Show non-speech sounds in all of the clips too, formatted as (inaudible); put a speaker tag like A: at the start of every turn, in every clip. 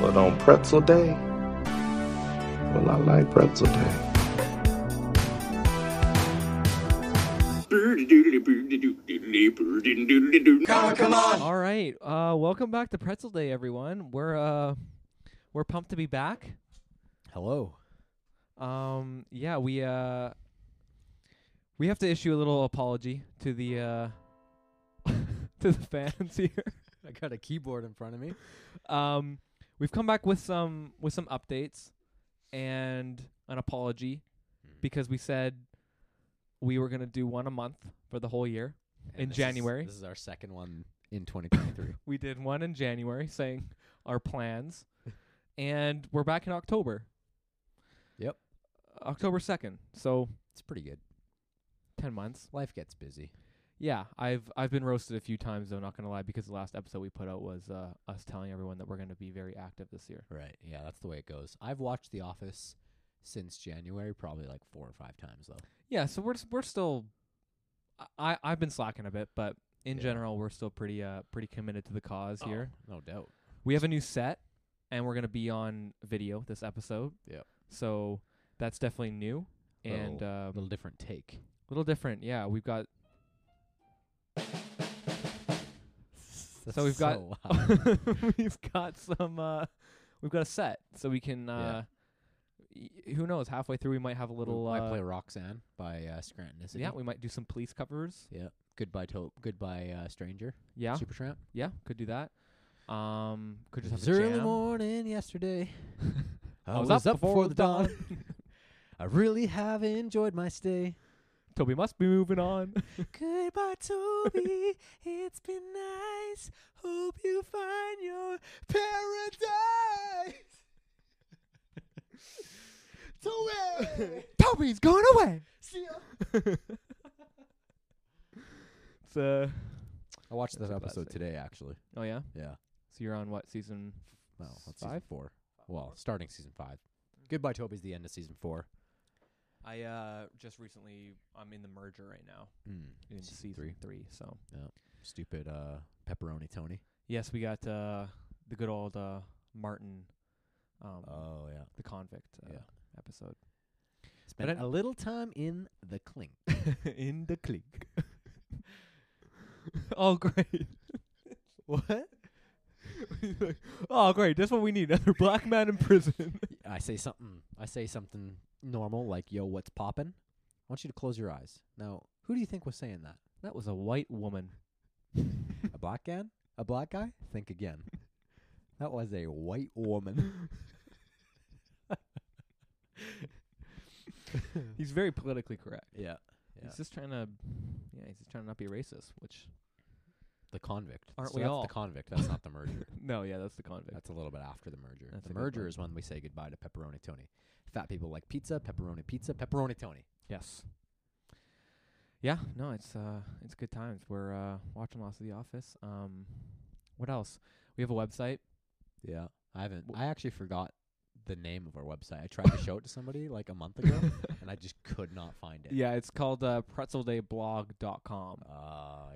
A: But on pretzel day, well, I like pretzel day.
B: All right. Uh, welcome back to Pretzel Day, everyone. We're uh, we're pumped to be back.
C: Hello.
B: Um, yeah, we uh, we have to issue a little apology to the uh, (laughs) to the fans here.
C: I got a keyboard in front of me.
B: Um, we've come back with some with some updates and an apology because we said we were gonna do one a month for the whole year.
C: And
B: In
C: this is-
B: January?
C: this is our second one in
B: (coughs)
C: 2023.
B: We did one in January saying (laughs) our plans, and we're back in October.
C: Yep.
B: October 2nd. So
C: it's pretty good.
B: 10 months.
C: Life gets busy.
B: Yeah, I've I've been roasted a few times though, not going to lie, because the last episode we put out was uh, us telling everyone that we're going to be very active this year.
C: Right. Yeah, that's the way it goes. I've watched The Office since January probably like 4 or 5 times though.
B: Yeah, so we're s- we're still I I've been slacking a bit, but in
C: Yeah. Oh.
B: general, we're still pretty uh pretty committed to the cause here.
C: No doubt.
B: We have a new set and we're going to be on video this episode.
C: Yep. Oh.
B: So that's definitely new and
C: A
B: um,
C: little different (laughs) take.
B: little different. Yeah, we've (laughs) got so we've got (laughs)
C: loud.
B: we've got some uh we've got a set so we can uh y- who knows halfway through we might have a little
C: I
B: uh,
C: play Roxanne by uh, Scranton Is
B: yeah we might do some police covers
C: yeah. Goodbye to Goodbye uh, Stranger.
B: yeah
C: Supertramp.
B: yeah could do that um could just
C: It
B: have
C: was
B: a
C: early
B: jam
C: morning
B: (laughs)
C: yesterday.
B: I was up before the dawn.
C: I really have enjoyed my stay.
B: (laughs) Toby must be moving on
C: Goodbye, Toby. (laughs) it's been nice. Hope you find your paradise. (laughs) (laughs) Toby!
B: Toby's going away
C: See ya!
B: it's uh
C: I watched
B: That's
C: that
B: a
C: episode
B: classic.
C: today, actually.
B: oh yeah
C: Yeah.
B: so you're on what season
C: Well, that's season
B: Five?
C: four. Well, starting season five. Goodbye, Toby's the end of season four.
B: I uh just recently I'm in the merger right now
C: Mm.
B: in
C: Season
B: season
C: three.
B: so
C: Stupid uh, pepperoni Tony.
B: yes we got uh the good old uh Martin um
C: Oh, yeah.
B: the convict uh,
C: Yeah.
B: episode
C: Spent
B: I-
C: a little time in the clink.
B: (laughs) in the clink. (laughs) oh (laughs) great!
C: What?
B: (laughs) Oh great! That's what we need. Another black man in prison.
C: I say something. I say something normal like, "Yo, what's poppin'?" I want you to close your eyes. Now, who do you think was saying that?
B: (laughs) that was a white woman.
C: (laughs) A black guy? A black guy? Think (laughs) again. that was a white (laughs) woman.
B: He's very politically correct.
C: yeah. Yeah.
B: He's just trying to, yeah, he's just trying to not be racist. Which
C: The convict.
B: Aren't
C: so
B: we
C: that's
B: all?
C: the convict. That's not the (laughs) merger.
B: (laughs) no, yeah, that's the convict.
C: that's a little bit after the merger.
B: That's a
C: the
B: good
C: merger
B: one.
C: is when we say goodbye to pepperoni Tony. Fat people like pizza, pepperoni pizza, pepperoni Tony.
B: yes. Yeah, no, it's uh, it's good times. We're uh, watching lots of The Office. Um, what else? We have a website.
C: Yeah. I haven't.
B: W-
C: I actually forgot the name of our website. I tried to show it to somebody like a month
B: (laughs)
C: ago, and I just could not find it.
B: Yeah, it's called uh, pretzeldayblog.com.
C: Uh,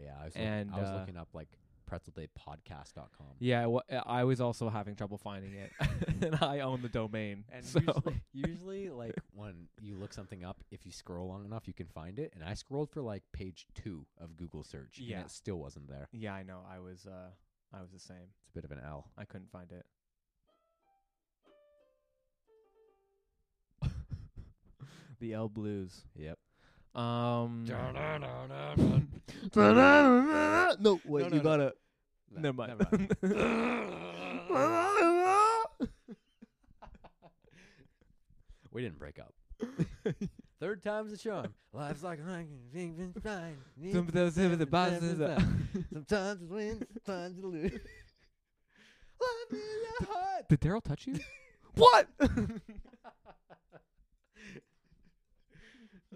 C: yeah. I was,
B: And,
C: look, I was
B: uh,
C: looking up like pretzeldaypodcast.com.
B: Yeah, wa- uh, I was also having trouble finding it, (laughs) and I own the domain.
C: And (laughs)
B: so
C: usually, usually, like when you look something up, if you scroll long enough, you can find it. And I scrolled for like page two of Google search,
B: Yeah.
C: and it still wasn't there.
B: (laughs) yeah, I know. I was uh, I was the same.
C: It's a bit of an L.
B: I couldn't find it. (laughs) the L Blues.
C: Yep. (laughs)
B: Um. (laughs)
C: no,
B: wait, you
C: gotta.
B: Never mind. (laughs)
C: (laughs) we didn't break up. Third time's the
B: (laughs)
C: charm. Life's like fine.
B: Some- those are the bosses, uh, (laughs)
C: Sometimes you win, sometimes you lose. Life is hard.
B: Did Daryl touch you?
C: What? (laughs)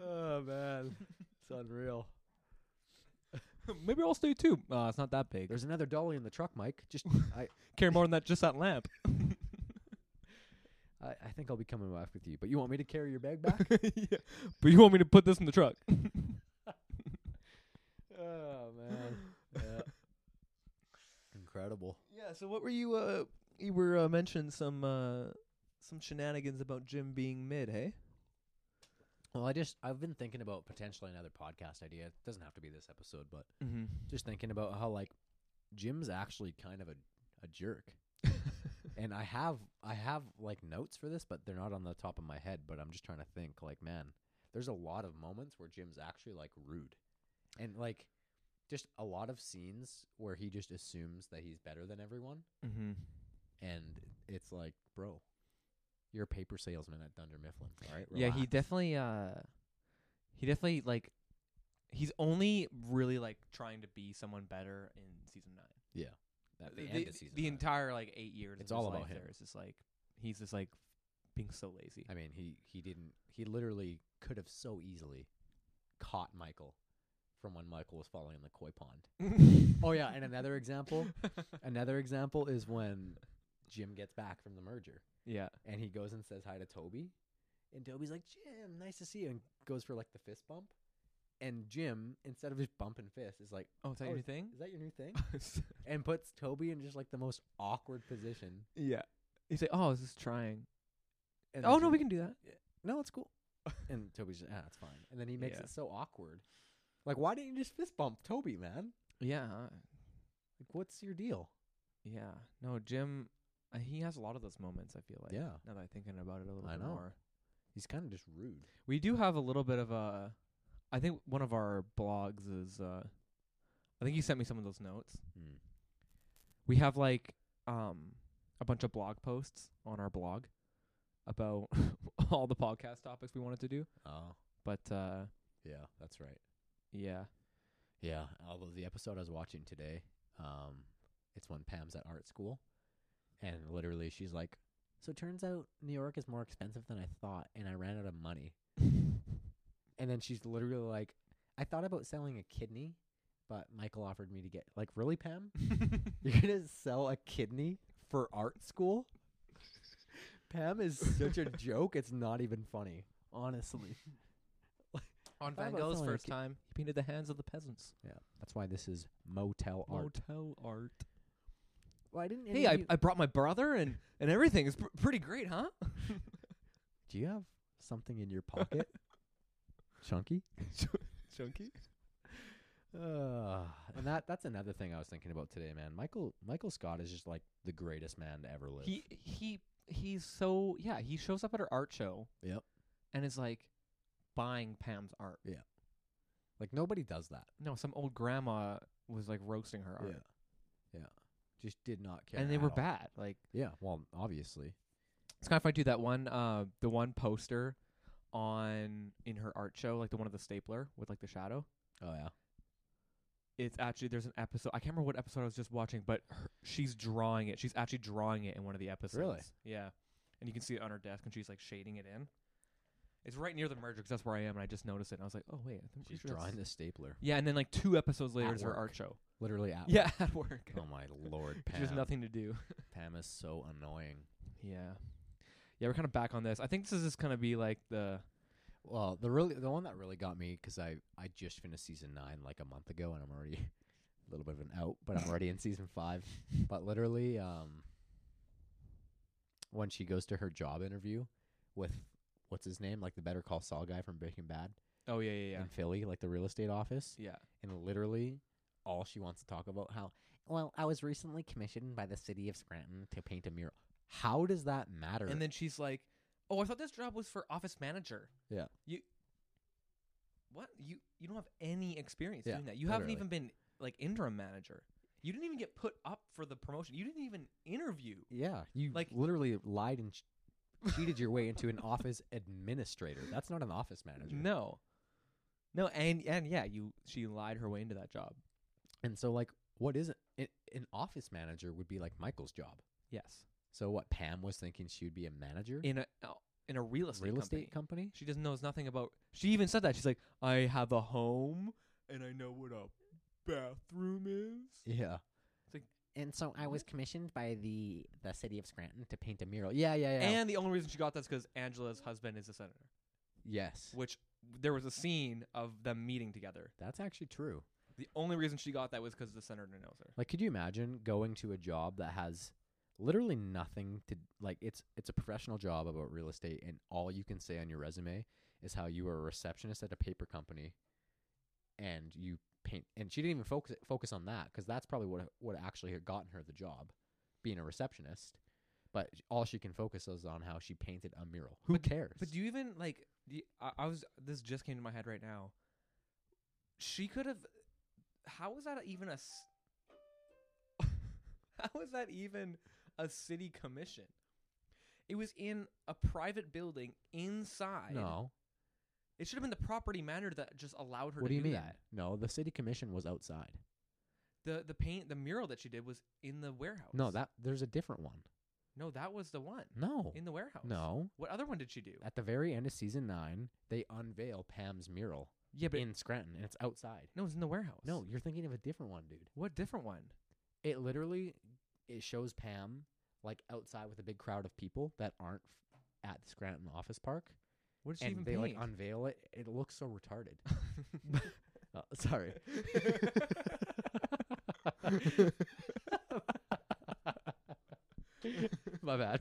C: oh man, it's unreal.
B: (laughs) Maybe I'll stay too. Uh, it's not that big. (laughs)
C: There's another dolly in the truck, Mike. (laughs) Just I,
B: Care more than that. Just
C: (laughs)
B: that lamp.
C: I, I think I'll be coming back with you. But you want me to carry your bag back?
B: yeah. But you want me to put this in the truck?
C: (laughs)
B: (laughs)
C: oh man, yeah. incredible.
B: (laughs) Yeah. So what were you? Uh, (laughs) you were uh, mentioning some uh, some shenanigans about Jim being mid, hey?
C: Well, I just I've been thinking about potentially another podcast idea. It doesn't have to be this episode, but
B: Mm-hmm.
C: just thinking about how like Jim's actually kind of a a
B: (laughs)
C: jerk. and I have I have like notes for this, but they're not on the top of my head. But I'm just trying to think. Like, man, there's a lot of moments where Jim's actually like rude, and like just a lot of scenes where he just assumes that he's better than everyone,
B: mm-hmm.
C: and it's like, bro, you're a paper salesman at Dunder Mifflin, all right?
B: Yeah, he
C: Relax.
B: definitely uh he definitely like he's only really like trying to be someone better in season 9.
C: At
B: the,
C: the, end of season
B: the
C: nine.
B: entire like 8 years
C: It's
B: of his
C: all about
B: life
C: him.
B: there is just like he's just like being so lazy. (laughs)
C: I mean, he he didn't. He literally could have so easily caught Michael from when Michael was falling in the koi pond. Oh yeah, and another example, another example is when Jim gets back from the merger
B: (laughs) yeah.
C: and he goes and says hi to Toby, and Toby's like, "Jim, nice to see you," and goes for like the fist bump, and Jim instead of just bumping fists is like,
B: Oh, is that
C: Oh,
B: your thing?
C: (laughs) "Is that your new thing?" and puts Toby in just like the most awkward position.
B: yeah. He's like, "Oh, is this trying?"
C: And
B: Oh
C: then
B: no, we
C: Jim-
B: can do that.
C: No, it's cool. (laughs) And Toby's just, ah, it's fine. And then he makes
B: Yeah.
C: it so awkward. Like, why didn't you just fist bump Toby, man?
B: Yeah. uh,
C: Like, what's your deal?
B: Yeah. No, Jim uh, he has a lot of those moments, I feel like.
C: Yeah.
B: Now that I'm thinking about it a little
C: I
B: bit
C: know.
B: more.
C: He's kind of just rude.
B: We do have a little bit of a. I think one of our blogs is. Uh, I think you sent me some of those notes.
C: Hmm.
B: We have like um a bunch of blog posts on our blog about (laughs) all the podcast topics we wanted to do.
C: Oh,
B: But uh
C: yeah, that's right.
B: yeah,
C: Yeah, although the episode I was watching today, um, it's when Pam's at art school, and literally she's like, "So it turns out New York is more expensive than I thought, and I ran out of money." (laughs) and then she's literally like, "I thought about selling a kidney, but Michael offered me to get like really Pam, you're gonna sell a kidney for art school?" Pam is such
B: (laughs)
C: a joke; it's not even funny, honestly.
B: on
C: How
B: Van
C: about
B: Gogh's
C: selling a
B: first
C: ki-
B: time, he painted the hands of the peasants.
C: Yeah, that's why this is motel art.
B: Motel art.
C: Well, I didn't.
B: Hey, I, I brought my brother and and everything. It's pr- pretty great, huh?
C: Do you have something in your
B: (laughs)
C: pocket? Chunky?
B: Chunky.
C: Uh, and that that's another thing I was thinking about today, man. Michael Michael Scott is just like the greatest man to ever live.
B: He he he's so yeah, he shows up at her art show.
C: Yep.
B: And is like buying Pam's art.
C: like nobody does that.
B: No, some old grandma was like roasting her art.
C: Yeah. Yeah. Just did not care.
B: and they were
C: at all.
B: bad. Like
C: Yeah, well, obviously.
B: it's kind of funny too that one uh the one poster on in her art show, like the one of the stapler with like the shadow.
C: Oh yeah.
B: It's actually there's an episode I can't remember what episode I was just watching, but her, she's drawing it. She's actually drawing it in one of the episodes. Yeah, and you can see it on her desk, and she's like shading it in. It's right near the merger 'cause that's where I am, and I just noticed it. And I was like, oh wait, I'm pretty
C: She's
B: sure that's-
C: drawing the stapler.
B: Yeah, and then like two episodes later
C: At
B: is her
C: work.
B: art show.
C: Literally at
B: (laughs) Yeah, at work.
C: Oh my lord, Pam.
B: (laughs) There's nothing to do.
C: Pam is so annoying.
B: Yeah. Yeah, we're kind of back on this. I think this is just going to be like the.
C: Well, the really the one that really got me 'cause I I just finished season nine like a month ago, and I'm already (laughs) a little bit of an out, but I'm already in season
B: (laughs)
C: five. But literally, um, when she goes to her job interview with what's his name, like the Better Call Saul guy from Breaking Bad
B: Oh, yeah, yeah, yeah.
C: in Philly, like the real estate office,
B: Yeah.
C: and literally all she wants to talk about how well I was recently commissioned by the city of Scranton to paint a mural. How does that matter?
B: And then she's like, oh, I thought this job was for office manager.
C: Yeah.
B: You. What? You you don't have any experience
C: Yeah,
B: doing that. You
C: literally.
B: haven't even been like interim manager. You didn't even get put up for the promotion. You didn't even interview.
C: Yeah, you like
B: Like-
C: literally lied and ch- cheated your way into an office administrator. That's not an office manager.
B: No. No, and and yeah, you she lied her way into that job.
C: And so, like, what is it? it? An office manager would be like Michael's job.
B: Yes.
C: So what? Pam was thinking she would be a manager,
B: In a in a real estate
C: real
B: company.
C: estate company.
B: She doesn't knows nothing about. She even said that she's like, I have a home and I know what a bathroom is.
C: Yeah.
B: It's like-
C: and so I was commissioned by the the city of Scranton to paint a mural. Yeah, yeah, yeah.
B: And the only reason she got that's because Angela's husband is a senator.
C: yes,
B: Which there was a scene of them meeting together.
C: that's actually true.
B: The only reason she got that was because the senator knows her.
C: Like, could you imagine going to a job that has literally nothing to like it's it's a professional job about real estate and all you can say on your resume is how you were a receptionist at a paper company and you paint and she didn't even focus focus on that cuz that's probably what what actually had gotten her the job being a receptionist but all she can focus is on how she painted a mural who cares
B: But do you even like? Do you, I, I was. This just came to my head right now. She could have. How was that even a? s- (laughs) how was that even a city commission? It was in a private building inside.
C: no
B: It should have been the property manager that just allowed her
C: what
B: to
C: do you mean
B: that.
C: no the city commission was outside
B: The the paint the mural that she did was in the warehouse.
C: no that there's a different one
B: No, that was the one.
C: no
B: In the warehouse.
C: no
B: What other one did she do?
C: at the very end of season 9 they unveil Pam's mural
B: yeah, but
C: in Scranton and it's outside.
B: no, it was in the warehouse.
C: No, you're thinking of a different one, dude.
B: What different one?
C: It literally it shows Pam like outside with a big crowd of people that aren't f- at the Scranton office park,
B: What did she even
C: and they like
B: paint?
C: unveil it. It looks so (laughs) retarded. Oh, sorry. My
B: (laughs)
C: bad.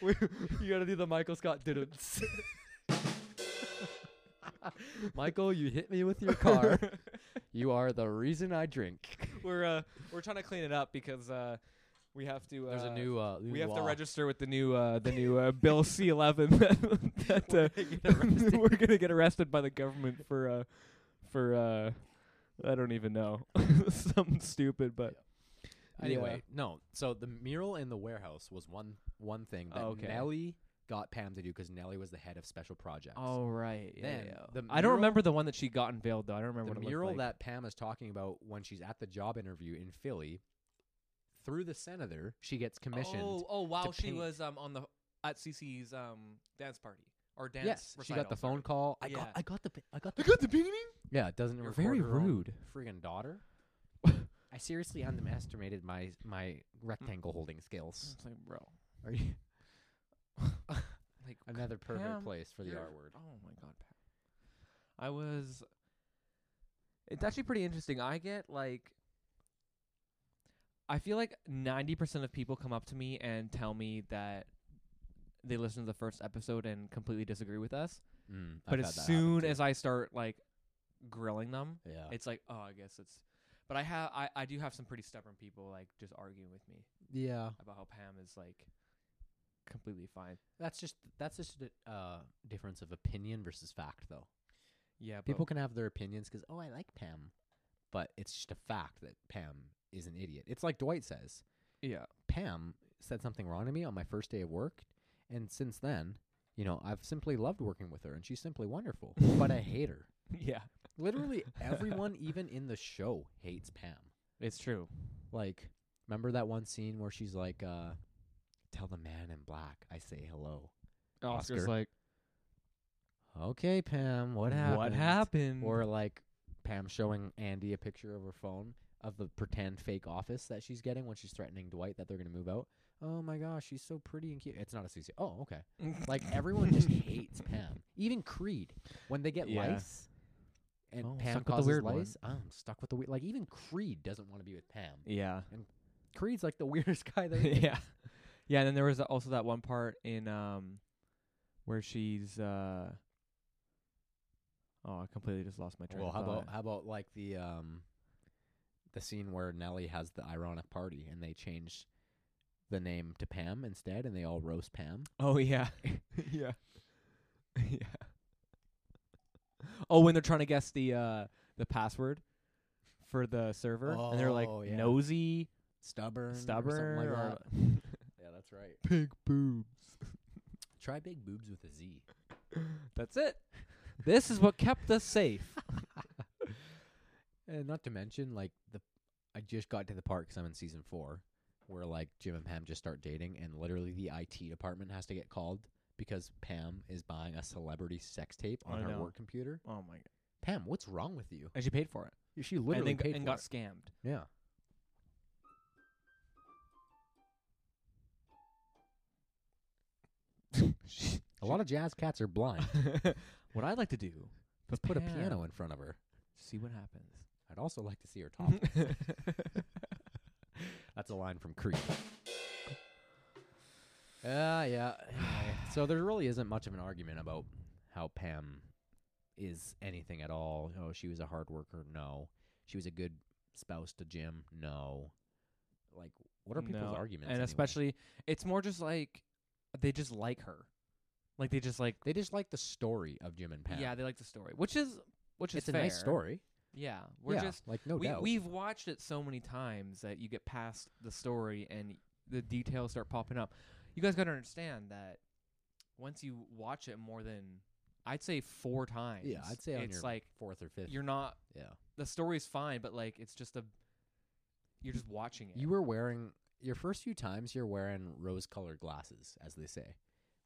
C: you gotta do the Michael Scott didn't. Michael, you hit me with your (laughs) car. you are the reason I drink.
B: (laughs) we're uh we're trying to clean it up because uh we have to uh,
C: There's a new. Uh, new
B: we have to
C: law.
B: register with the new uh the new uh, bill (laughs) C11 that, that
C: We're gonna get
B: uh,
C: (laughs) arrested.
B: (laughs) we're going to get arrested by the government for uh for uh I don't even know (laughs) something stupid but
C: Anyway, no. So the mural in the warehouse was one one thing that
B: Oh, okay.
C: Nelly got Pam to do because Nelly was the head of special projects.
B: Oh, right
C: yeah, Then yeah. the
B: I don't
C: mural-
B: remember the one that she got unveiled though I don't remember
C: the
B: what it
C: mural
B: looked like.
C: that Pam is talking about when she's at the job interview in Philly, through the senator, she gets commissioned.
B: Oh, oh wow, she
C: paint.
B: was um on the at CC's um dance party or dance
C: yes, she got the
B: recital, sorry.
C: phone call. I got,
B: Yeah.
C: I got the, pi- I got
B: I
C: the.
B: got the painting.
C: Yeah, it doesn't.
B: You're
C: record
B: very
C: her own
B: rude.
C: Friggin'
B: (laughs)
C: daughter. I seriously underestimated my my rectangle holding skills.
B: It's like, bro.
C: Are you
B: (laughs) Like
C: another perfect
B: Pam,
C: place for the
B: You're-
C: R word?
B: Oh my god, Pat. I was. It's actually pretty interesting. I get like. I feel like ninety percent of people come up to me and tell me that they listen to the first episode and completely disagree with us.
C: Mm,
B: but as soon as I start like grilling them,
C: yeah,
B: it's like, oh, I guess it's. But I have I, I do have some pretty stubborn people like just arguing with me
C: yeah,
B: about how Pam is like completely fine.
C: that's just that's just a uh, difference of opinion versus fact, though.
B: Yeah, but
C: People can have their opinions 'cause oh, I like Pam, but it's just a fact that Pam is an idiot. It's like Dwight says.
B: (laughs) yeah.
C: Pam said something wrong to me on my first day of work, and since then, you know, I've simply loved working with her, and she's simply wonderful. but I hate her.
B: Yeah,
C: Literally everyone, even in the show, hates Pam.
B: it's true.
C: Like, remember that one scene where she's like, uh, "Tell the man in black I say hello."
B: Oscar's
C: Oscar.
B: like,
C: Okay, Pam, what happened?
B: What happened?
C: Or like Pam showing Andy a picture of her phone of the pretend fake office that she's getting when she's threatening Dwight that they're gonna move out. Oh my gosh, she's so pretty and cute. It's not a CC. Oh,
B: (laughs)
C: okay. Like everyone just hates Pam. Even Creed, when they get
B: Yeah.
C: lice, and
B: Oh,
C: Pam
B: stuck with the
C: causes
B: weird one.
C: lice. I'm stuck with the weird. Like even Creed doesn't want to be with Pam.
B: Yeah,
C: Creed's like the (laughs) weirdest guy
B: (laughs)
C: there. is.
B: yeah, yeah. And then there was also that one part in um where she's uh oh, I completely just lost my train.
C: Well,
B: of
C: how about
B: thought.
C: how about like the um the scene where Nelly has the ironic party and they change the name to Pam instead and they all roast Pam.
B: Oh yeah, (laughs) yeah, yeah. Oh, when they're trying to guess the uh the password for the server, and they're like
C: Oh, yeah.
B: nosy,
C: Stubborn. or something
B: stubborn,
C: like
B: or (laughs)
C: that. Yeah, that's right.
B: pig boobs.
C: Try big boobs with a Z.
B: That's it. this is what kept us safe.
C: And Eh, not to mention like the I just got to the part 'cause I'm in season 4 where like Jim and Pam just start dating and literally the IT department has to get called because Pam is buying a celebrity sex tape on
B: I
C: her
B: know.
C: work computer.
B: (laughs) Oh my god!
C: Pam, what's wrong with you?
B: And she paid for it.
C: She literally
B: and then
C: paid
B: g- and
C: for
B: got
C: it.
B: scammed.
C: (laughs) Yeah. A lot of jazz cats are blind. (laughs)
B: what I'd like to do
C: Let's put a piano in front of her.
B: See what happens.
C: (laughs) Oh. (laughs) I'd
B: (laughs)
C: also like to see her top. That's a line from Creed. Uh, yeah. anyway, so there really isn't much of an argument about how Pam is anything at all. Oh, she was a hard worker. No. She was a good spouse to Jim. No. Like, what are people's
B: No.
C: arguments?
B: and
C: anyway?
B: especially it's more just like they just like her, like they just like
C: they just like the story of Jim and Pam.
B: yeah they like the story, which is which is
C: it's a nice
B: fair.
C: story.
B: Yeah, we're
C: Yeah,
B: just
C: like no
B: we
C: doubt.
B: we've watched it so many times that you get past the story and the details start popping up. You guys got to understand that once you watch it more than I'd say four times,
C: yeah, I'd say on
B: it's
C: your
B: like
C: fourth or fifth.
B: you're not
C: yeah,
B: the story's fine, but like it's just a you're just watching it.
C: you were wearing your first few times. You're wearing rose-colored glasses, as they say,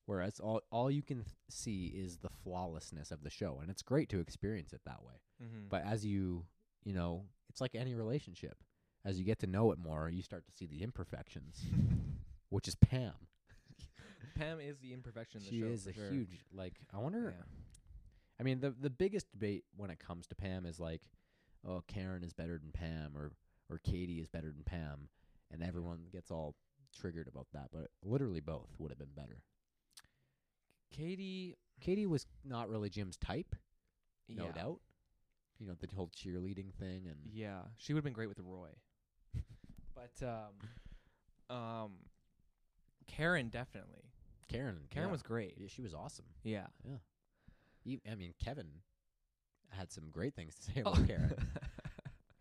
C: whereas all all you can th- see is the flawlessness of the show, and it's great to experience it that way.
B: mm-hmm.
C: (laughs) But as you, you know, it's like any relationship. As you get to know it more, you start to see the
B: (laughs)
C: imperfections, which is Pam.
B: Pam is the imperfection. Of the
C: she
B: show
C: is
B: for
C: a
B: sure.
C: huge like. I wonder.
B: Yeah.
C: I mean, the the biggest debate when it comes to Pam is like, oh, Karen is better than Pam, or or Katie is better than Pam, and everyone gets all triggered about that. But literally, both would have been better.
B: Katie,
C: Katie was not really Jim's type, no
B: yeah.
C: doubt. You know the whole cheerleading thing, and
B: Yeah, she would have been great with
C: (laughs)
B: Roy. but um, um, Karen definitely.
C: Karen.
B: Karen
C: yeah.
B: was great.
C: Yeah, she was awesome.
B: Yeah.
C: E- I mean, Kevin had some great things to say
B: Oh.
C: about
B: (laughs)
C: Karen.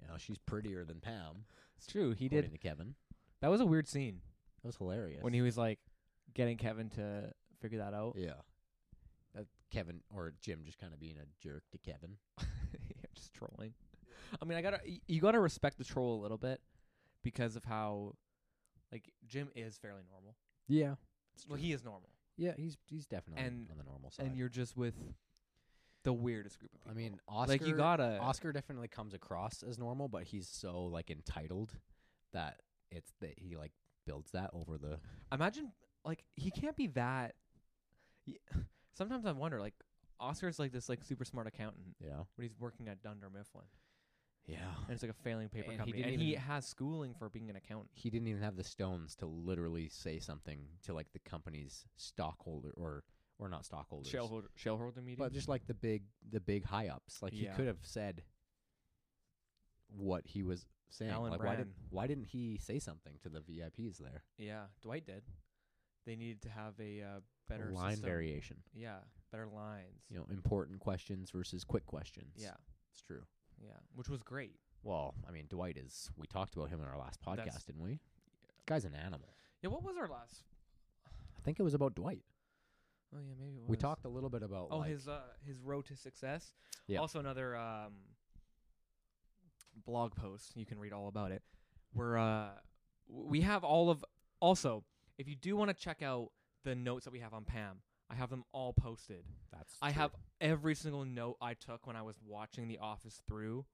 C: You know, she's prettier than Pam.
B: It's true. He
C: according
B: did.
C: to Kevin.
B: That was a weird scene
C: That was hilarious.
B: when he was like getting Kevin to figure that out.
C: Yeah. That Kevin or Jim just kind of being a jerk to Kevin.
B: (laughs) yeah, just trolling. I mean, I gotta y- you gotta respect the troll a little bit because of how like Jim is fairly normal.
C: Yeah.
B: Well, he is normal,
C: Yeah, he's he's definitely
B: And-
C: on the normal side.
B: and you're just with the weirdest group of people.
C: I mean, Oscar
B: (laughs) like you gotta.
C: Oscar definitely comes across as normal, but he's so like entitled that it's that he like builds that over the
B: imagine like he can't be that. y- (laughs) Sometimes I wonder like Oscar's like this like super smart accountant,
C: yeah.
B: but he's working at Dunder Mifflin,
C: Yeah.
B: and it's like a failing paper
C: And he
B: company,
C: didn't
B: and he
C: even-
B: has schooling for being an accountant.
C: He didn't even have the stones to literally say something to like the company's stockholder or or not stockholders.
B: Shareholder, shareholder meeting.
C: But just like the big the big high ups, like
B: Yeah.
C: he could have said what he was saying.
B: Alan
C: like why didn't
B: Brand.
C: why didn't he say something to the VIPs there?
B: Yeah, Dwight did. They needed to have a uh, better
C: line
B: system.
C: variation.
B: Yeah, better lines.
C: You know, important questions versus quick questions.
B: Yeah,
C: it's true.
B: yeah, which was great.
C: Well, I mean, Dwight is. We talked about him in our last podcast,
B: That's-
C: didn't we? Guy's an animal.
B: Yeah, what was our last?
C: I think it was about Dwight.
B: Oh yeah, maybe it was.
C: We talked a little bit about
B: Oh,
C: like,
B: his uh, his road to success.
C: Yeah.
B: Also another um, blog post you can read all about it. Where uh, w- we have all of. Also, if you do want to check out the notes that we have on Pam, I have them all posted.
C: that's.
B: I
C: true.
B: have every single note I took when I was watching The Office through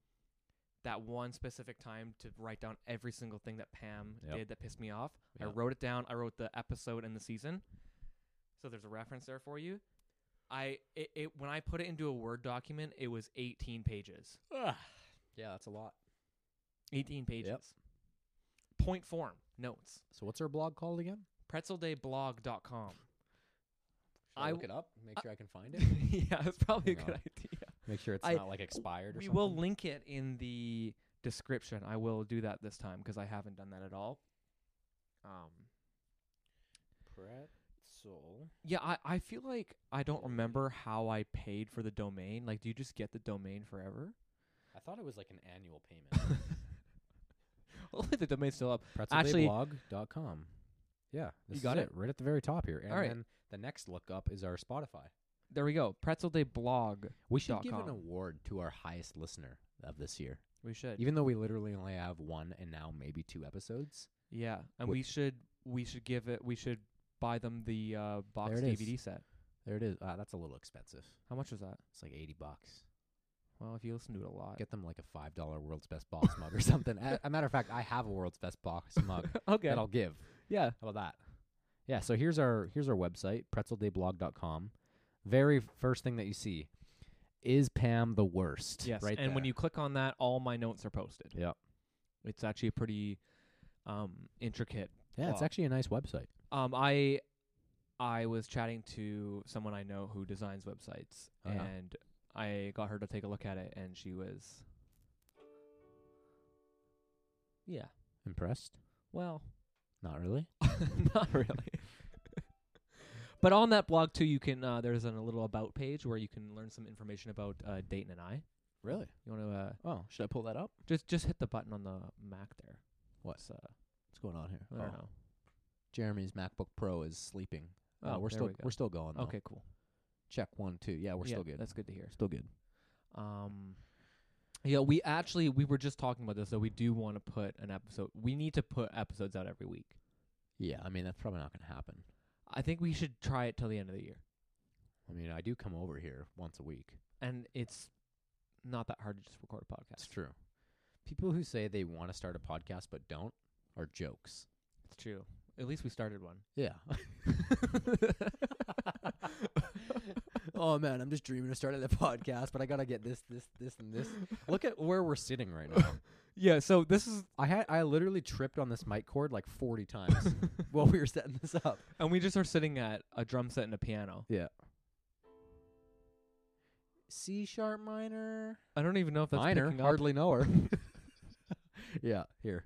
B: that one specific time to write down every single thing that Pam
C: Yep.
B: did that pissed me off. I
C: Yeah.
B: wrote it down. I wrote the episode and the season. So there's a reference there for you. I it, it when I put it into a Word document, it was 18 pages.
C: yeah, that's a lot.
B: 18 pages. Point form notes.
C: So what's our blog called again? (laughs)
B: Pretzeldayblog.com.
C: Should I,
B: I
C: look
B: w-
C: it up. Make
B: I-
C: sure I can find it.
B: (laughs) yeah, that's probably a
C: Hang
B: good
C: on.
B: idea.
C: Make sure it's
B: I-
C: not like expired or
B: We
C: something.
B: will link it in the description. I will do that this time 'cause I haven't done that at all. Um,
C: pretzel.
B: yeah, I, I feel like I don't remember how I paid for the domain. Like, do you just get the domain
C: (laughs)
B: forever?
C: I thought it was like an annual payment.
B: Hopefully the domain's still up. Actually-
C: Pretzeldayblog.com. Yeah, this
B: You got
C: is
B: it?
C: right at the very top here. And
B: All right.
C: then the next lookup is our Spotify.
B: There we go. Pretzel Day blog.
C: We should give
B: .com.
C: an award to our highest listener of this year,
B: We should.
C: even though we literally only have one and now maybe two episodes.
B: yeah, and
C: Wh-
B: we should we should give it. We should buy them the uh, box
C: There it is.
B: DVD set.
C: There it is. Uh, that's a little expensive.
B: How much was that?
C: It's like eighty bucks.
B: Well, if you listen to it a lot.
C: Get them like a five dollar World's Best Boss mug or (laughs) something. A, a matter of fact, I have a World's Best Boss (laughs) mug
B: (laughs) okay.
C: that I'll give.
B: Yeah.
C: How about that? Yeah, so here's our here's our website, pretzeldayblog.com. Very first thing that you see is Pam the worst.
B: Yes.
C: Right.
B: and when
C: there.
B: you click on that, all my notes are posted.
C: Yeah.
B: It's actually a pretty um, intricate.
C: Yeah, it's
B: Wow.
C: actually a nice website.
B: Um, I I was chatting to someone I know who designs websites,
C: Oh, yeah.
B: and I got her to take a look at it, and she was, yeah,
C: Impressed?
B: well, (laughs)
C: Not really.
B: not really. (laughs) but on that blog too, you can uh, there's an, a little about page where you can learn some information about uh, Dayton and I.
C: Really?
B: You want to uh,
C: Oh, should I pull that up?
B: just just hit the button on the Mac there.
C: What? Oh.
B: It's, uh,
C: What's going on here?
B: I don't know.
C: Jeremy's MacBook Pro is sleeping.
B: Oh,
C: Uh, we're
B: there
C: still
B: we go.
C: are still going. Though.
B: okay, cool.
C: Check one two. Yeah, we're
B: Yeah,
C: still good.
B: That's good to hear.
C: still good.
B: Um, yeah, we actually we were just talking about this, though. We do want to put an episode. We need to put episodes out every week.
C: Yeah, I mean that's probably not going to happen.
B: I think we should try it till the end of the year,
C: I mean, I do come over here once a week.
B: and it's not that hard to just record a podcast.
C: That's true. People who say they want to start a podcast but don't are jokes.
B: It's true. At least we started one.
C: Yeah. (laughs) oh man, I'm just dreaming of starting the (laughs) podcast, but I gotta get this, this, this, and
B: (laughs)
C: this. Look at where we're sitting right (laughs) now.
B: Yeah. So this is,
C: I had I literally tripped on this mic cord like 40 times (laughs) while we were setting this up.
B: and we just are sitting at a drum set and a piano.
C: C sharp minor.
B: I don't even know if that's
C: minor.
B: picking up.
C: Hardly know her. yeah, here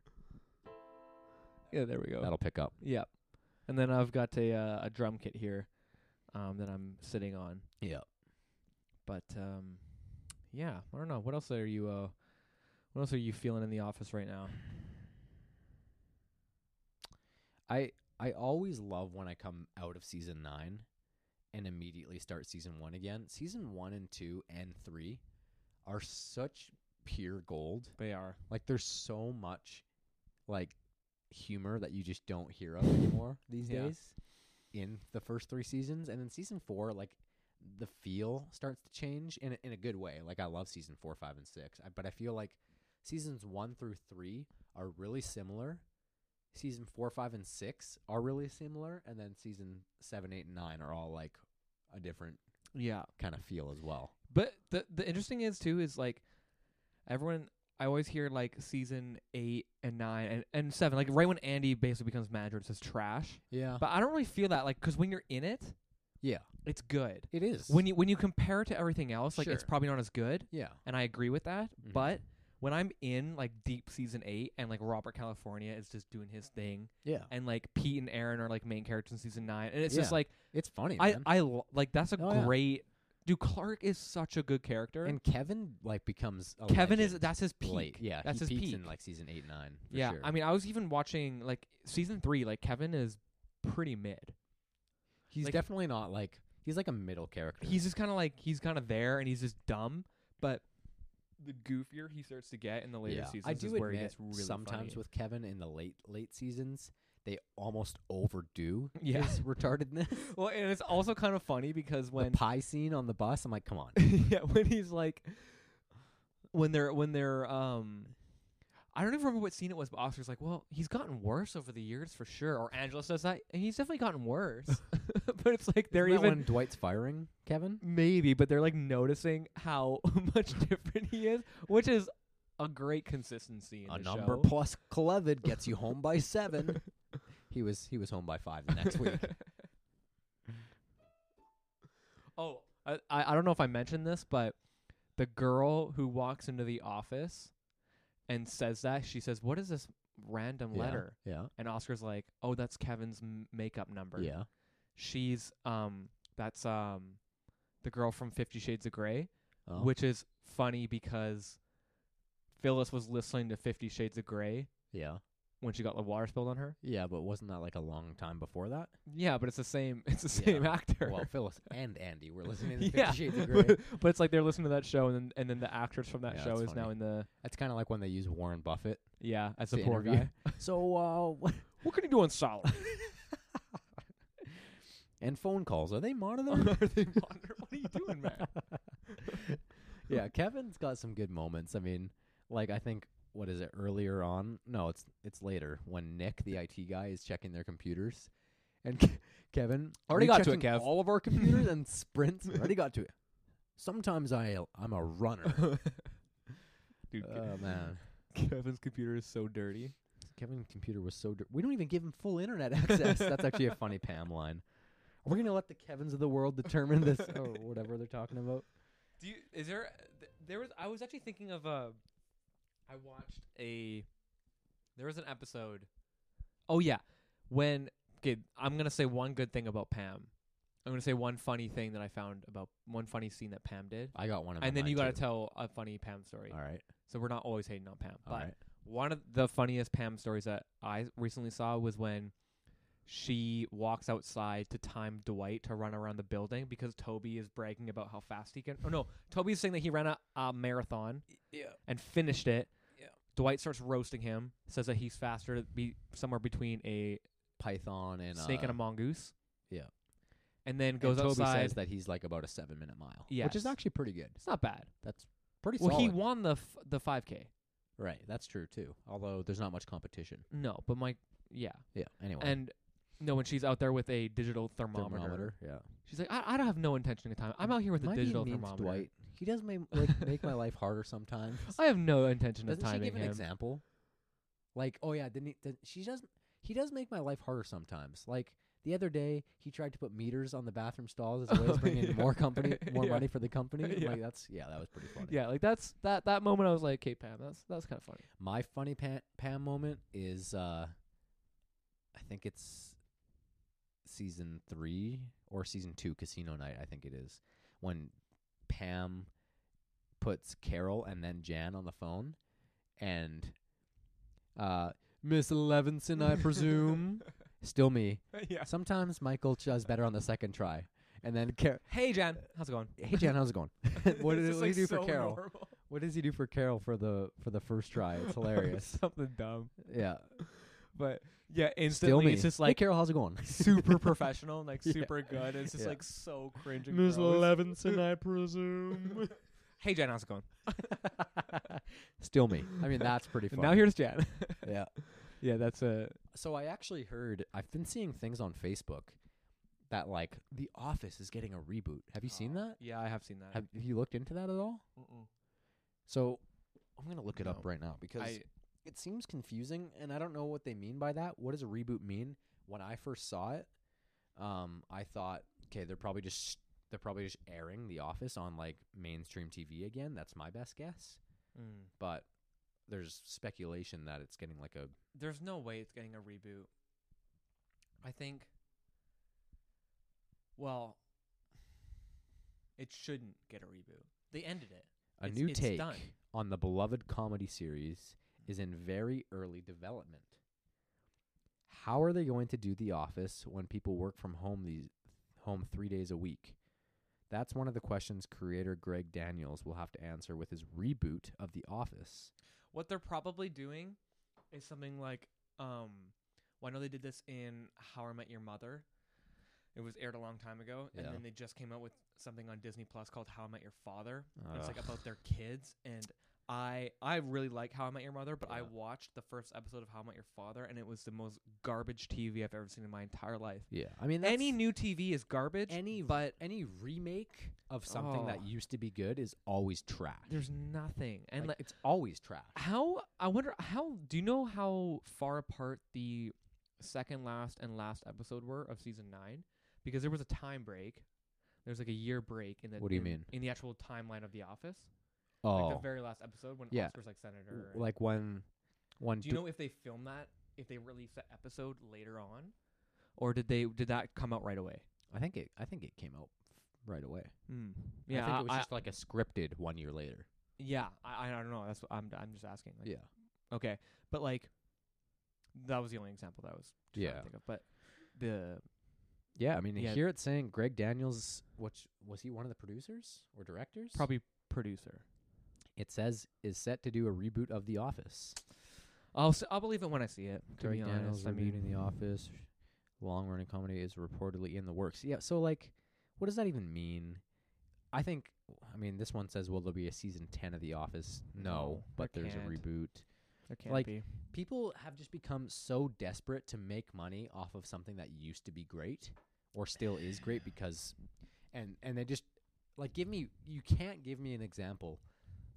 B: Yeah. There we go.
C: that'll pick up.
B: Yep. And then I've got a uh, a drum kit here, um, that I'm sitting on.
C: Yeah.
B: But um, yeah, I don't know. What else are you? Uh, what else are you feeling in the office right now?
C: I I always love when I come out of season nine and immediately start season one again. Season one and two and three are such pure gold.
B: They are.
C: Like there's so much like humor that you just don't hear of anymore these
B: Yeah.
C: days in the first three seasons. And then season four, like the feel starts to change in a, in a good way. Like I love season four, five, and six, I, but I feel like seasons one through three are really similar. Season four, five, and six are really similar, and then season seven, eight, and nine are all like a different
B: Yeah.
C: kind of feel as well.
B: But the the interesting is too is like everyone. I always hear like season eight and nine and, and seven, like right when Andy basically becomes manager, it says trash.
C: Yeah,
B: But I don't really feel that, like, 'cause when you're in it,
C: yeah,
B: it's good.
C: it is.
B: When you when you compare it to everything else, like it's
C: Sure.
B: probably not as good.
C: yeah,
B: and I agree with that.
C: Mhm.
B: But when I'm in like deep season eight and like Robert California is just doing his thing,
C: yeah,
B: and like Pete and Aaron are like main characters in season nine, and it's just
C: Yeah.
B: like
C: it's funny.
B: I
C: man.
B: I lo- like that's a
C: Oh, yeah.
B: great. Dude, Clark is such a good character.
C: And Kevin like becomes a
B: Kevin is
C: legend
B: that's his peak.
C: late. Yeah,
B: that's
C: he
B: his
C: peaks
B: peak.
C: in like season eight, nine. For
B: yeah,
C: sure.
B: I mean, I was even watching like season three. Like Kevin is pretty mid.
C: he's
B: like-
C: definitely not like he's like a middle character.
B: He's just kind of like he's kind of there, and he's just dumb. But the goofier he starts to get in the later
C: yeah.
B: seasons
C: I do
B: is
C: admit
B: where he gets really
C: sometimes
B: funny.
C: with Kevin in the late late seasons they almost overdo
B: (laughs) (laughs) Yeah.
C: his retardedness.
B: (laughs) Well, and it's also kind of funny because
C: the
B: when
C: pie scene on the bus, I'm like, come on.
B: (laughs) yeah, when he's like when they're when they're um I don't even remember what scene it was, but Oscar's like, "Well, he's gotten worse over the years for sure." Or Angela says that and he's definitely
C: (laughs)
B: gotten worse. (laughs) but it's like they're
C: Isn't that
B: even
C: when Dwight's firing Kevin.
B: maybe, but they're like noticing how (laughs) much different he is, which is a great consistency. (laughs) In
C: A
B: the
C: number
B: show.
C: plus Clevid gets you home
B: (laughs)
C: by seven. he was he was home by five the next (laughs) week.
B: Oh, I, I I don't know if I mentioned this, but the girl who walks into the office and says that she says, "What is this random
C: Yeah,
B: (laughs) letter?"
C: Yeah.
B: And Oscar's like, "Oh, that's Kevin's m- makeup number."
C: Yeah.
B: she's um, that's um, the girl from Fifty Shades of Grey,
C: Oh.
B: which is funny because Phyllis was listening to Fifty Shades of Grey
C: yeah.
B: when she got the water spilled
C: (laughs)
B: on her.
C: Yeah, but wasn't that like a long time before that?
B: Yeah, but it's the same. It's the
C: Yeah.
B: same actor.
C: Well,
B: (laughs)
C: Phyllis and Andy were listening to Fifty
B: Yeah.
C: Shades
B: (laughs)
C: of Grey.
B: but, but it's like they're listening to that show, and then, and then the actress from that
C: Yeah,
B: show is
C: that's
B: now
C: funny.
B: in the
C: That's kind of like when they use Warren Buffett.
B: yeah as
C: to
B: a poor
C: interview.
B: guy.
C: So, uh, what-
B: What can you do
C: (laughs)
B: on (laughs) salary?
C: and phone calls are they (laughs) monitored?
B: Are they monitor- what are you doing,
C: (laughs)
B: man?
C: yeah, Kevin's got some good moments. I mean, like I think what is it earlier on? No, it's it's later when Nick, the IT guy, is checking their computers, and Ke- Kevin
B: Already
C: "We
B: got to it,
C: checking
B: Kev."
C: All of our computers (laughs) and sprints already got to it. Sometimes I I'm a (laughs) runner.
B: Dude, Ke-
C: oh man.
B: Kevin's computer is so dirty.
C: (laughs) Kevin's computer was so dir- we don't even give him full internet access. That's actually a funny Pam line. We're gonna let the Kevins of the world determine
B: (laughs)
C: this or whatever they're talking about.
B: Do you, is there th- there was I was actually thinking of uh I watched a there was an episode. Oh yeah, when okay, I'm gonna say one good thing about Pam. I'm gonna say one funny thing that I found about one funny scene that Pam did,
C: I got one of
B: and then you
C: got
B: gotta tell a funny Pam story.
C: All right,
B: So we're not always hating on Pam,
C: all
B: but
C: right.
B: one of the funniest Pam stories that I recently saw was when she walks outside to time Dwight to run around the building because Toby is bragging about how fast he can. Oh no, Toby's saying that he ran a, a marathon
C: Yeah.
B: and finished it.
C: Yeah.
B: Dwight starts roasting him, says that he's faster to be somewhere between a
C: Python and
B: snake
C: uh,
B: and a mongoose.
C: yeah.
B: And then
C: and
B: goes
C: Toby
B: outside.
C: says that he's like about a seven minute mile, which
B: Yes.
C: is actually pretty good.
B: it's not bad.
C: That's pretty
B: well, he
C: solid.
B: won the f- the 5K.
C: right, that's true too. Although there's not much competition.
B: No, but my yeah.
C: Yeah. Anyway,
B: And no, when she's out there with a digital thermometer.
C: thermometer. Yeah.
B: She's like, I, I don't have no intention of time. I'm out here with
C: Might
B: a
C: be
B: digital
C: mean to
B: thermometer.
C: Dwight. He does make like make my life harder sometimes.
B: (laughs) I have no intention
C: Doesn't
B: of
C: she
B: timing
C: give an
B: him.
C: example? Like, oh yeah, didn't he? Did, she doesn't. He does make my life harder sometimes. Like the other day, he tried to put meters on the bathroom stalls as a way
B: (laughs) Oh,
C: to bring in
B: yeah.
C: more
B: (laughs)
C: company, more
B: Yeah.
C: money for the company. I'm
B: Yeah.
C: Like that's yeah, that was pretty funny.
B: Yeah, like that's that that moment. I was like, okay, Pam, that's that's kind of funny.
C: My funny Pam, Pam moment is, uh I think it's season three or season two, Casino Night. I think it is when Pam puts Carol and then Jan on the phone, and uh Miss Levinson, I
B: (laughs)
C: presume, still me.
B: yeah.
C: Sometimes Michael does better on the second try, and then Car-
B: Hey, Jan, how's it going?
C: Hey
B: (laughs)
C: Jan, how's it going? (laughs) what did
B: It's
C: what do
B: just, like,
C: you do for
B: so
C: Carol?
B: normal. (laughs)
C: What does he do for Carol for the for the first try? It's
B: (laughs)
C: hilarious.
B: Something dumb,
C: yeah.
B: but yeah, instantly
C: Still me.
B: it's just like
C: Carol, how's it going? (laughs)
B: super professional, and, like
C: Yeah.
B: super good. and It's just
C: Yeah.
B: like so cringe. And gross.
C: I presume.
B: Hey, Jan, how's
C: (laughs)
B: it going?
C: Still me. I mean, that's (laughs) pretty
B: And
C: funny.
B: now here's Jan.
C: yeah.
B: yeah, that's a
C: So I actually heard. I've been seeing things on Facebook that like The Office is getting a reboot. Have you seen that?
B: Uh, Yeah, I have seen that.
C: Have you looked into that at all? So I'm gonna look it up
B: No.
C: right now because
B: I
C: it seems confusing and I don't know what they mean by that. What does a reboot mean? When I first saw it, um, I thought, okay, they're probably just they're probably just airing The Office on like mainstream TV again. That's my best guess.
B: mm.
C: But there's speculation that it's getting like a
B: there's no way it's getting a reboot. I think. Well, it shouldn't get a reboot. They ended it.
C: a
B: It's-
C: new
B: it's
C: take
B: done.
C: on the beloved comedy series is in very early development. How are they going to do The Office when people work from home these home 3 days a week? That's one of the questions creator Greg Daniels will have to answer with his reboot of The Office.
B: What they're probably doing is something like, um, well, I know they did this in How I Met Your Mother. It was aired a long time ago,
C: Yeah.
B: and then they just came out with something on Disney Plus called How I Met Your Father. and it's like
C: Ugh.
B: about their kids and I I really like How I Met Your Mother, but I
C: Yeah.
B: watched the first episode of How I Met Your Father and it was the most garbage TV I've ever seen in my entire life.
C: Yeah. I mean that's
B: Any new TV is garbage.
C: any but any remake of something
B: Oh.
C: that used to be good is always trash.
B: There's nothing. And
C: and
B: like,
C: it's always trash.
B: how I wonder how do you know how far apart the second last and last episode were of season 9 because there was a time break. There's like a year break in the
C: What do you
B: in-
C: mean?
B: in the actual timeline of The Office. Like
C: Oh.
B: the very last episode when
C: Yeah.
B: Oscar's like senator.
C: w-
B: and-
C: like when when
B: Do you know if they filmed that, if they released that episode later on, or did they did that come out right away?
C: I think it. I think it came out right away.
B: Mm. Yeah,
C: I think it was
B: I,
C: just like a scripted one year later.
B: yeah. I, I don't know. That's what I'm I'm just asking. Like,
C: yeah,
B: Okay, but like that was the only example that I was just trying to
C: Yeah.
B: think of. But the
C: yeah. I mean,
B: Yeah.
C: here it's saying Greg Daniels, which was he one of the producers or directors?
B: probably producer.
C: It says is set to do a reboot of The Office.
B: I'll s- I'll believe it when I see it. To
C: Greg
B: be
C: Daniels
B: honest, I mean,
C: rebooting The Office, long running comedy is reportedly in the works. Yeah. So like, what does that even mean? I think. I mean, this one says, "Will there be a season ten of The Office?" No,
B: No, there
C: but there's
B: can't.
C: a reboot.
B: there can't
C: like,
B: be.
C: people have just become so desperate to make money off of something that used to be great or still is great because and and they just like give me you can't give me an example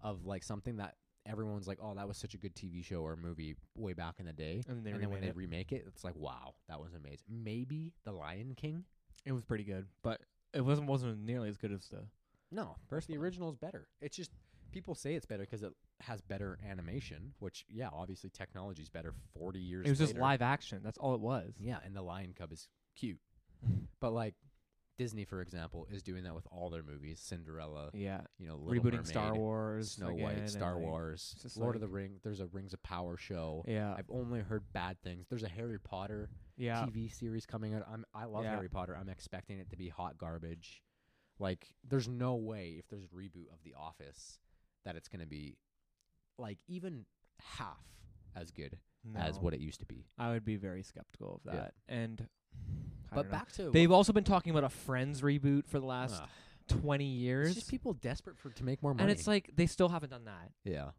C: of like something that everyone's like oh that was such a good TV show or movie way back in the day
B: And then they
C: and then when
B: remade
C: they remake it it's like wow that was amazing maybe The Lion King
B: It was pretty good, but it wasn't wasn't nearly as good as the.
C: No, first the original is better. It's just people say it's better 'cause it has better animation, which yeah, obviously technology's better. Forty years.
B: It was just
C: later.
B: live action. That's all it was.
C: Yeah, and the lion cub is
B: (laughs)
C: cute, but like Disney, for example, is doing that with all their movies. Cinderella,
B: Yeah,
C: you know, Little
B: rebooting Star
C: Mermaid,
B: Wars,
C: Snow
B: again
C: White,
B: and,
C: Star
B: like-
C: Wars,
B: it's just
C: Lord of
B: like-
C: the Ring. There's a Rings of Power show.
B: Yeah,
C: I've only heard bad things. There's a Harry Potter
B: yeah.
C: TV series coming out. I'm I love
B: Yeah.
C: Harry Potter. I'm expecting it to be hot garbage. Like there's no way if there's a reboot of The Office that it's going to be like even half as good as
B: No.
C: what it used to be.
B: I would be very skeptical of
C: Yeah.
B: that. And
C: but
B: I don't know.
C: back to uh,
B: they've also been talking about a Friends reboot for the
C: what-
B: last
C: Ugh.
B: twenty
C: it's
B: years,
C: just people desperate for to make more money.
B: and it's like they still haven't done that.
C: yeah.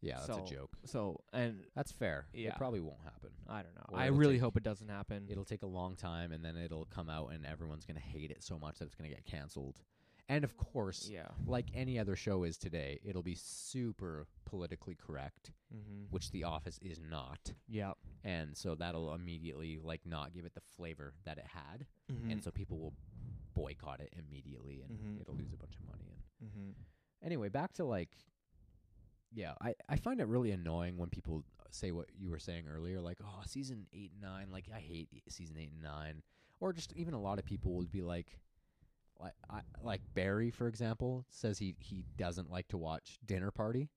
C: Yeah, that's
B: So-
C: a joke.
B: So, and
C: That's fair.
B: Yeah.
C: It probably won't happen.
B: I don't know.
C: Or
B: I
C: it'll
B: really
C: take-
B: hope it doesn't happen.
C: It'll take a long time and then it'll come out and everyone's going to hate it so much that it's going to get canceled. And of course,
B: yeah.
C: like any other show is today, it'll be super politically correct,
B: Mm-hmm.
C: which The Office is not.
B: Yeah.
C: And so that'll immediately like not give it the flavor that it had,
B: Mm-hmm. Mm.
C: and so people will boycott it immediately and
B: Mhm.
C: it'll lose a bunch of money. And
B: mm-hmm.
C: anyway, back to like yeah, I I find it really annoying when people say what you were saying earlier like, "Oh, season 8 and 9, like I hate e- season 8 and 9." Or just even a lot of people would be like like I, like Barry for example says he he doesn't like to watch Dinner Party.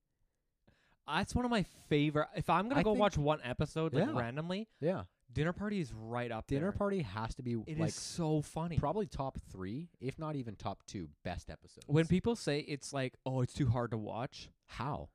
B: That's Ah, one of my favorite. If I'm gonna
C: I
B: go
C: think-
B: watch one episode like
C: Yeah.
B: randomly,
C: Yeah.
B: dinner party is right up
C: Dinner
B: there.
C: Party has to be
B: It is
C: like
B: so funny.
C: probably top 3, if not even top 2 best episodes.
B: when people say it's like, oh, it's too hard to watch.
C: how?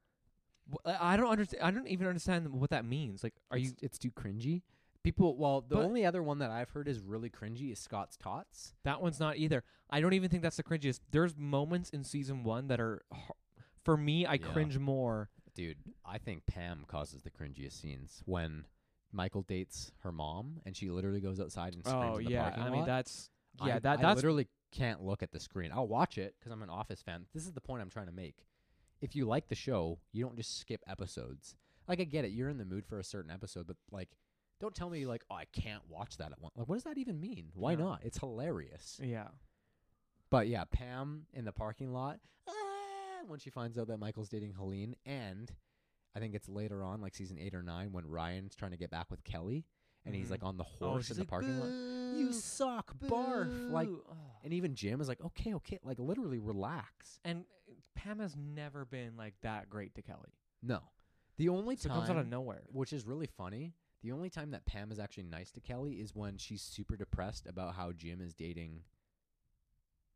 B: wh- I I don't understand. I don't even understand what that means. Like, are
C: it's,
B: you
C: it's too cringy? People well, the
B: But-
C: only other one that I've heard is really cringy is Scott's Tots.
B: that one's not either? I don't even think that's the cringiest. There's moments in season one that are, har- for me, I
C: Yeah.
B: cringe more.
C: Dude, I think Pam causes the cringiest scenes when Michael dates her mom and she literally goes outside and screams
B: oh
C: in the
B: yeah,
C: parking
B: I mean
C: lot.
B: that's
C: I-
B: yeah that
C: I
B: that's
C: literally can't look at the screen. I'll watch it 'cause I'm an Office fan. This is the point I'm trying to make. If you like the show, you don't just skip episodes. Like I get it, you're in the mood for a certain episode, but like, don't tell me like, oh, I can't watch that at once. Like, what does that even mean? Why
B: Yeah.
C: not? It's hilarious.
B: yeah
C: But yeah, Pam in the parking lot ah, when she finds out that Michael's dating Helene, and I think it's later on, like season eight or nine, when Ryan's trying to get back with Kelly, and he's
B: Mhm.
C: like on the
B: Oh,
C: horse
B: she's
C: in the
B: like,
C: parking lot. You
B: "Boo,
C: suck, barf! Like,
B: boo." Ugh.
C: and even Jim is like, okay, okay, like literally relax.
B: and Pam has never been like that great to Kelly.
C: No, the only
B: So it
C: time,
B: comes out of nowhere.
C: which is really funny, the only time that Pam is actually nice to Kelly is when she's super depressed about how Jim is dating,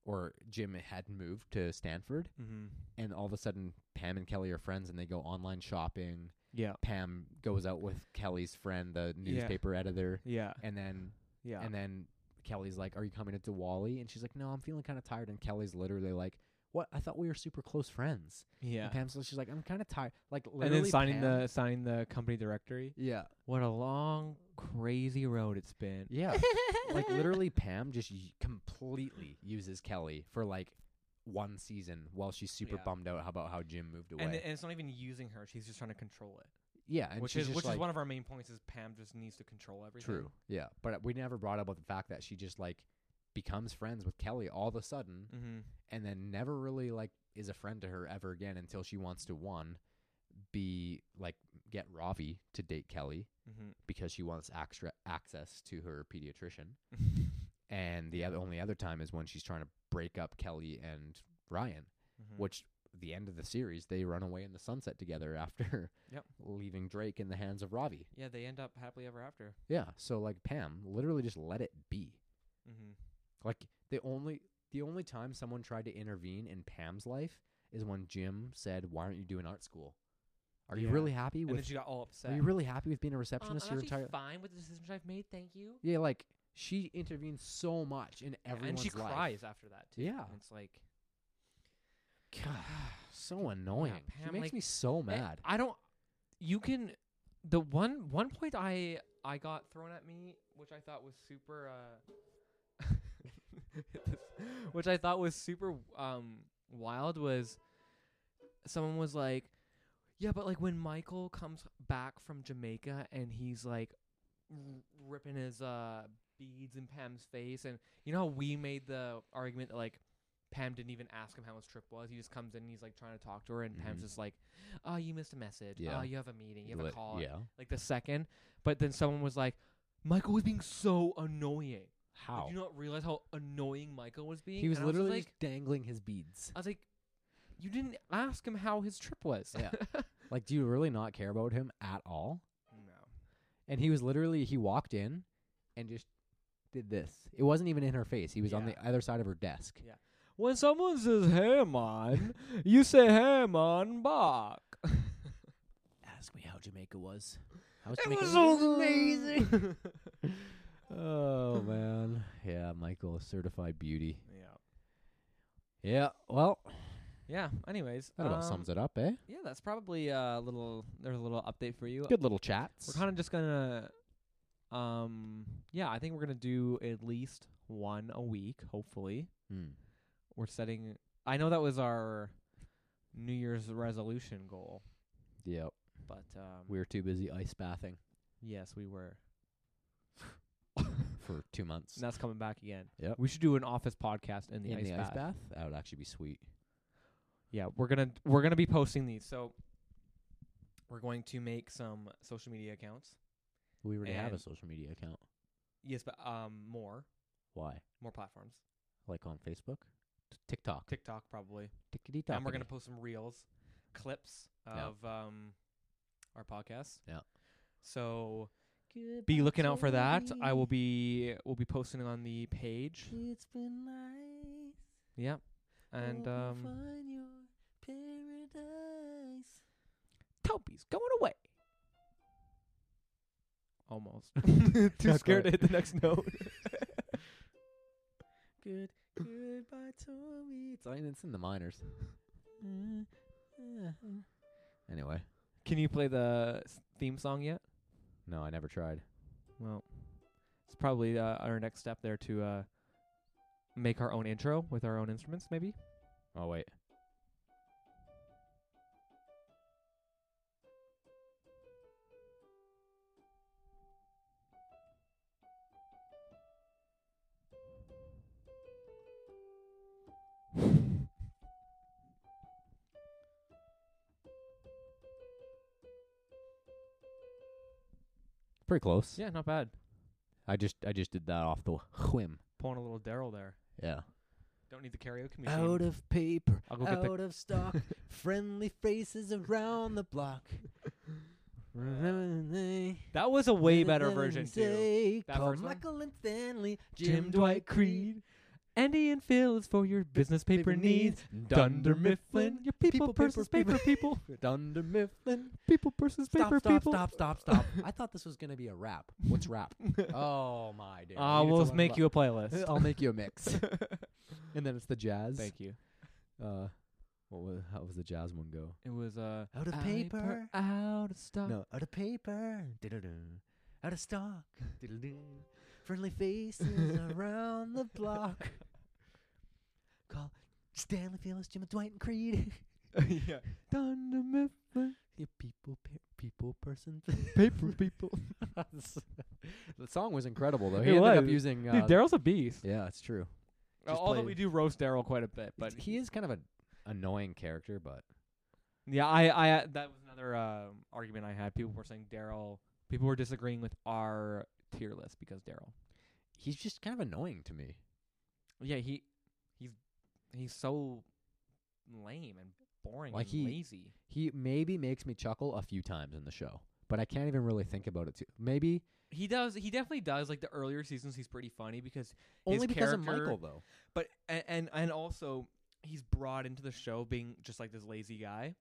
C: or Jim had moved to Stanford.
B: Mm-hmm.
C: and all of a sudden Pam and Kelly are friends and they go online shopping.
B: Yeah,
C: Pam goes out with Kelly's friend, the
B: Yeah.
C: newspaper editor,
B: yeah,
C: and then
B: (laughs) yeah.
C: and then Kelly's like, "Are you coming to Diwali?" And she's like, "No, I'm feeling kind of tired." And Kelly's literally like, "What? I thought we were super close friends."
B: yeah.
C: And Pam's li- she's like, "I'm kind of tired." Like
B: And
C: literally
B: then signing
C: Pam-
B: the signing the company directory.
C: yeah
B: What a long, crazy road it's been.
C: yeah like literally Pam just y- completely uses Kelly for like one season while she's super
B: Yeah.
C: bummed out about how Jim moved away.
B: (laughs) And, and it's not even using her; she's just trying to control it,
C: yeah, and
B: which
C: she's
B: is
C: just
B: which
C: like,
B: is one of our main points. Is Pam just needs to control everything?
C: True. Yeah, but we never brought up the fact that she just like becomes friends with Kelly all of a sudden,
B: Mm-hmm.
C: and then never really like is a friend to her ever again until she wants to one be like get Ravi to date Kelly
B: Mm-hmm.
C: because she wants extra access to her pediatrician,
B: Mm-hmm.
C: and the other, only other time is when she's trying to break up Kelly and Ryan,
B: Mm.
C: which the end of the series they run away in the sunset together (laughs) after
B: Yep.
C: leaving Drake in the hands of Ravi.
B: yeah, they end up happily ever after.
C: Yeah, so like Pam literally just let it be.
B: Mm-hmm.
C: Like the only the only time someone tried to intervene in Pam's life is when Jim said, "Why aren't you doing art school? Are you
B: Yeah.
C: really happy
B: And then
C: with?
B: she got all upset.
C: Are you really happy with being a receptionist
B: um, I'm
C: your
B: actually
C: entire?
B: fine with the decisions I've made. Thank you.
C: yeah, like she intervened so much in
B: Yeah,
C: everyone's
B: and she
C: life.
B: cries after that too.
C: Yeah.
B: and it's like
C: God, (sighs) so annoying. she
B: Pam,
C: makes
B: like,
C: me so
B: Eh,
C: mad.
B: I don't. You can. The one one point I I got thrown at me, which I thought was super, uh, (laughs) which I thought was super um wild was, someone was like, yeah, but like when Michael comes back from Jamaica and he's like r- ripping his uh beads in Pam's face, and you know how we made the argument that like Pam didn't even ask him how his trip was. He just comes in, and he's like trying to talk to her, and Pam's
C: Mhm.
B: just like, "Oh, you missed a message.
C: Yeah.
B: Oh, you have a meeting. You have
C: Lit-
B: a call."
C: Yeah.
B: Like the second, but then someone was like, "Michael was being so annoying. Like,
C: How?
B: Do you not realize how annoying Michael was being?"
C: he was
B: And I just
C: literally
B: like,
C: just dangling his beads.
B: I was like, "You didn't ask him how his trip was."
C: Yeah. Like, do you really not care about him at all?
B: (laughs) no.
C: And he was literally he walked in and just did this. It wasn't even in her face. He was on
B: Yeah.
C: the other side of her desk.
B: Yeah. When someone says "Hey man," you say "Hey man" back.
C: Ask me how Jamaica was. How
B: It was so amazing.
C: (laughs)
B: (laughs)
C: oh man. Yeah, Michael, certified beauty.
B: yeah.
C: Yeah. Well,
B: Yeah. Anyways, um,
C: that about sums it up, eh?
B: Yeah, that's probably uh, a little. There's a little update for you.
C: Good little chats.
B: We're kind of just gonna. Um. Yeah, I think we're gonna do at least one a week. Hopefully,
C: Mm.
B: we're setting. I know that was our New Year's resolution goal,
C: Yep.
B: but um,
C: We were too busy ice bathing
B: yes, we were.
C: for two months.
B: And that's coming back again.
C: Yep.
B: We should do an office podcast in the,
C: in
B: ice,
C: the
B: bath.
C: ice bath? That would actually be sweet.
B: Yeah, we're gonna we're gonna be posting these. So we're going to make some social media accounts.
C: We already have a
B: And-
C: social media account.
B: Yes, but um, more
C: Why?
B: more platforms.
C: Like on Facebook, T- TikTok,
B: TikTok probably.
C: tickety
B: And we're gonna post some reels, clips
C: Yeah.
B: of um our podcast.
C: Yeah.
B: So be looking out for that. I will be we'll be posting on the page.
C: It's been nice.
B: Yeah. And um
C: find your paradise.
B: Toby's going away.
C: (laughs)
B: Almost. (laughs) Too
C: Not
B: scared to
C: quite.
B: hit the
C: (laughs)
B: next note.
C: Good, goodbye, Tommy. It's, on- it's in the minors. anyway,
B: Can you play the s- theme song yet?
C: no, I never tried.
B: Well, it's probably uh, our next step there to uh, make our own intro with our own instruments, maybe.
C: Oh wait. Pretty close.
B: Yeah, not bad.
C: I just I just did that off the whim.
B: Pulling a little Daryl there.
C: Yeah.
B: Don't need the karaoke machine.
C: Out of paper,
B: I'll go get the-
C: out of stock, friendly faces around the block.
B: that was a way better version too. That
C: call
B: first one?
C: Michael and Stanley,
B: Jim Dwight Creed, Andy and Phil is for your business paper needs. Dunder Mifflin, your people,
C: People,
B: persons,
C: paper,
B: paper people,
C: Dunder Mifflin.
B: people, persons,
C: Stop!
B: paper
C: stop!
B: people. (laughs)
C: Stop! (laughs) Stop! Stop! I thought this was gonna be a rap. What's rap? oh my dear.
B: Ah,
C: We need to
B: we'll
C: learn
B: make
C: about-
B: you
C: (laughs)
B: a playlist.
C: I'll make you a mix, and then it's the jazz.
B: (laughs) Thank you.
C: Uh, what was how was the jazz one go?
B: It was uh,
C: Out of
B: I per-
C: paper.
B: out of stock.
C: No, out of paper, diddle-doo, out of stock, diddle-doo, friendly
B: (laughs)
C: faces around the block. Call Stanley Phillips, Jim Dwight, and Creed.
B: (laughs) yeah. Dunder Mifflin.
C: Your people, pa- people, person,
B: Paper people.
C: (laughs)
B: (laughs)
C: the song was incredible though. He
B: It
C: ended up
B: was.
C: using.
B: Dude,
C: Uh,
B: Daryl's a beast.
C: yeah, it's true. just
B: Although
C: play-
B: we do roast Daryl quite a bit,
C: (laughs) But
B: but
C: he is kind of an annoying character, but
B: yeah, I, I, uh, that was another um, argument I had. People were saying Daryl. People were disagreeing with our tier list because Daryl.
C: he's just kind of annoying to me.
B: Yeah, he, he's, he's so lame and boring
C: Like he-
B: and lazy.
C: He maybe makes me chuckle a few times in the show, but I can't even really think about it too. Maybe
B: He does. He definitely does. Like the earlier seasons, he's pretty funny because
C: only
B: His
C: because of
B: character-
C: Michael though.
B: but and, and and also he's brought into the show being just like this lazy guy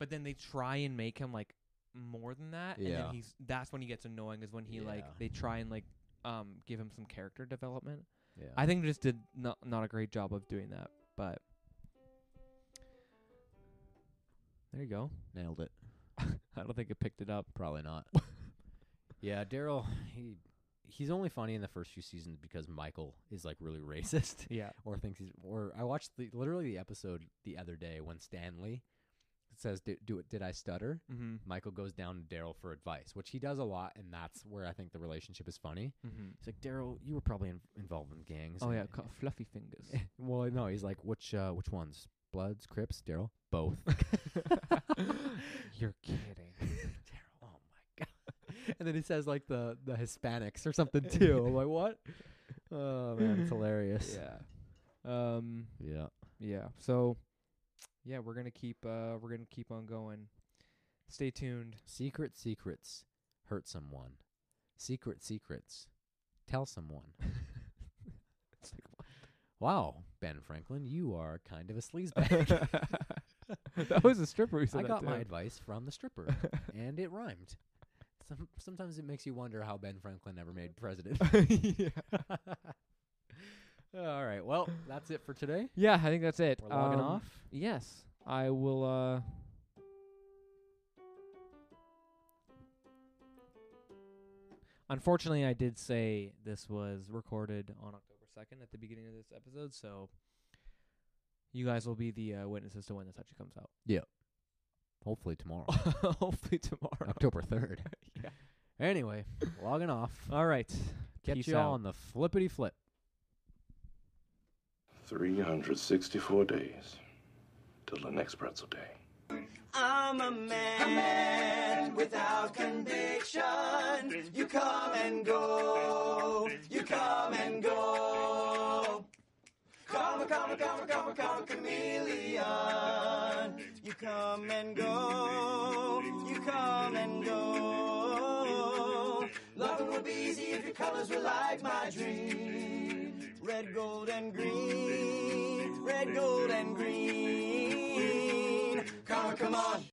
B: but then they try and make him like more than that and
C: Yeah.
B: then he's that's when he gets annoying is when he like
C: Yeah.
B: they try and like um give him some character development
C: Yeah.
B: i think they just did not not a great job of doing that but there you go
C: Nailed it.
B: (laughs) i don't think it picked it up
C: Probably
B: (laughs)
C: not. yeah, Daryl, he he's only funny in the first few seasons because Michael is like really (laughs) racist
B: yeah
C: or thinks he's or I watched the literally the episode the other day when Stanley It says, "Did do it? Did I stutter?"
B: Mm-hmm.
C: Michael goes down to Daryl for advice, which he does a lot, and that's where I think the relationship is funny.
B: Mm-hmm.
C: He's like, "Daryl, you were probably in- involved in gangs."
B: Oh
C: and-
B: yeah, cu- fluffy fingers.
C: (laughs) Well, no, he's like, "Which uh, which ones? Bloods, Crips, Daryl? Both."
B: (laughs)
C: (laughs)
B: You're kidding.
C: Daryl, oh my god! And then he says like the the Hispanics or something too. I'm like, what? Oh man, it's hilarious.
B: yeah. Um.
C: Yeah.
B: Yeah. So. Yeah, we're gonna keep. Uh, we're gonna keep on going. Stay (laughs) tuned.
C: Secret secrets hurt someone. Secret secrets tell someone.
B: It's like,
C: Wow, Ben Franklin, you are kind of a
B: (laughs)
C: sleazebag.
B: that was a stripper who said
C: I
B: that
C: got
B: to
C: my
B: him.
C: advice from the (laughs) stripper, and it rhymed. Some, sometimes it makes you wonder how Ben Franklin ever made (laughs) president. All right, well, that's it for today.
B: Yeah, I think that's it.
C: We're logging
B: Um,
C: off.
B: Yes, I will. uh Unfortunately, I did say this was recorded on October second at the beginning of this episode, so you guys will be the uh, witnesses to when this actually comes out. (laughs)
C: Hopefully (laughs) tomorrow,
B: Hopefully tomorrow.
C: October third. Uh,
B: Yeah.
C: Anyway, logging off.
B: All right.
C: Catch
B: Peace
C: you all
B: out.
C: on the flippity flip.
A: 364 days till the next pretzel day.
D: I'm a man without conviction. You come and go. You come and go. Come, come, come, come, come, chameleon. You come and go. You come and go. Loving would be easy if your colors were like my dream. Red, gold, and green. Red, gold, and green. Come, come on.